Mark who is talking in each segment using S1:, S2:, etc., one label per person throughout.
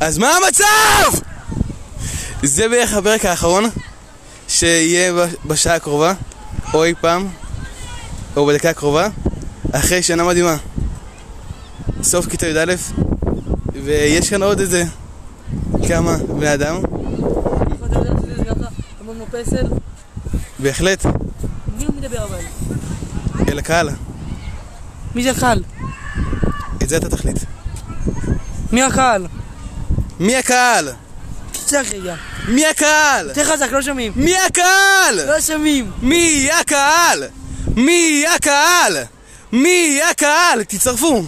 S1: אז מה המצב? זה בערך הפרק האחרון שיהיה ב- בשעה הקרובה, או אי פעם, או בדקה הקרובה, אחרי שנה מדהימה. סוף כיתה י"א, ויש כאן עוד איזה כמה בני אדם,
S2: איפה אתה יודע שזה ככה? אמרנו לו פסל?
S1: בהחלט,
S2: מי הוא מדבר אבל?
S1: אל הקהל.
S2: מי זה הקהל?
S1: את זה אתה תחליט.
S2: מי הקהל?
S1: מי הקהל?
S2: תצטרך רגע.
S1: מי הקהל?
S2: יותר חזק, לא שומעים.
S1: מי הקהל?
S2: לא שומעים.
S1: מי הקהל? מי הקהל? מי הקהל? תצטרפו.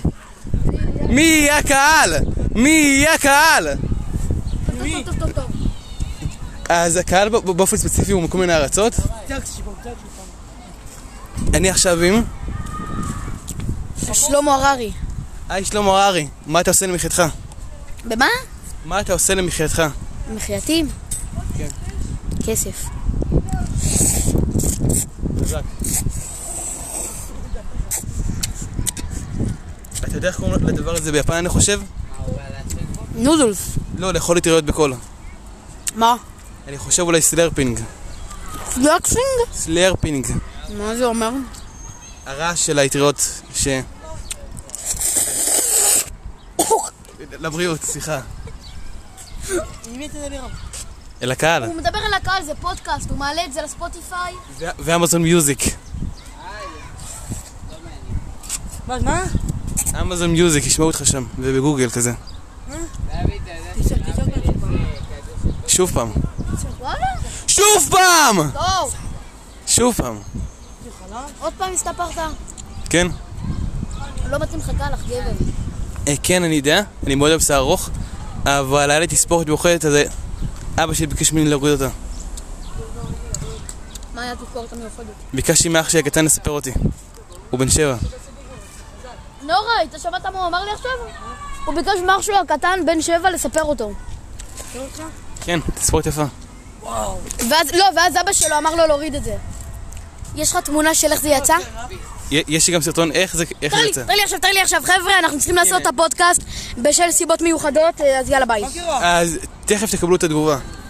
S1: מי הקהל? מי הקהל?
S2: מי?
S1: אז הקהל ב- ב- באופן ספציפי הוא מכל מיני ארצות.
S2: תצטרך שיפור, תצטרך שיפור.
S1: אני עכשיו עם...
S3: שלמה הררי.
S1: היי שלמה הררי, מה אתה עושה למחייתך?
S3: במה?
S1: מה אתה עושה למחייתך?
S3: מחייתים?
S1: כן.
S3: כסף.
S1: חזק. אתה יודע איך קוראים לדבר הזה ביפן אני חושב?
S3: נודלס.
S1: לא, לאכול יטריות בקול.
S3: מה?
S1: אני חושב אולי סלרפינג.
S3: פלוקסינג?
S1: סלרפינג.
S3: מה זה אומר?
S1: הרעש של האטריות ש... לבריאות, סליחה.
S2: מי אתה מדבר?
S1: אל הקהל.
S4: הוא מדבר על הקהל, זה פודקאסט, הוא מעלה את זה לספוטיפיי.
S1: ו- ואמזון מיוזיק.
S2: מה? מה?
S1: אמזון מיוזיק, ישמעו אותך שם, ובגוגל כזה.
S2: תצטרך, תצטרך מהתשובה.
S1: שוב פעם.
S4: וואלה?
S1: שוב פעם!
S4: טוב.
S1: שוב פעם.
S4: עוד פעם הסתפרת?
S1: כן?
S4: לא מתאים לך קהל, אך גבר.
S1: אה, כן, אני יודע, אני מאוד אוהב שיער ארוך, אבל היה לי תספורת מיוחדת, אז אבא שלי ביקש ממני להוריד אותה.
S4: מה היה התזכורת המיוחדת?
S1: ביקשתי מאח שלי הקטן לספר אותי. הוא בן שבע.
S4: נורא, אתה שמעת מה הוא אמר לי עכשיו? הוא ביקש משהו הקטן, בן שבע, לספר אותו.
S1: כן, תספורת יפה.
S4: ואז, לא, ואז אבא שלו אמר לו להוריד את זה.
S3: יש לך תמונה של איך זה יצא?
S1: י- יש לי גם סרטון איך זה איך זה
S3: תראה לי,
S1: יצא.
S3: תראה לי עכשיו, תראה לי עכשיו. חבר'ה, אנחנו צריכים לעשות
S1: אוקיי.
S3: את הפודקאסט בשל סיבות מיוחדות, אה, אז יאללה ביי.
S1: אז תכף תקבלו את התגובה.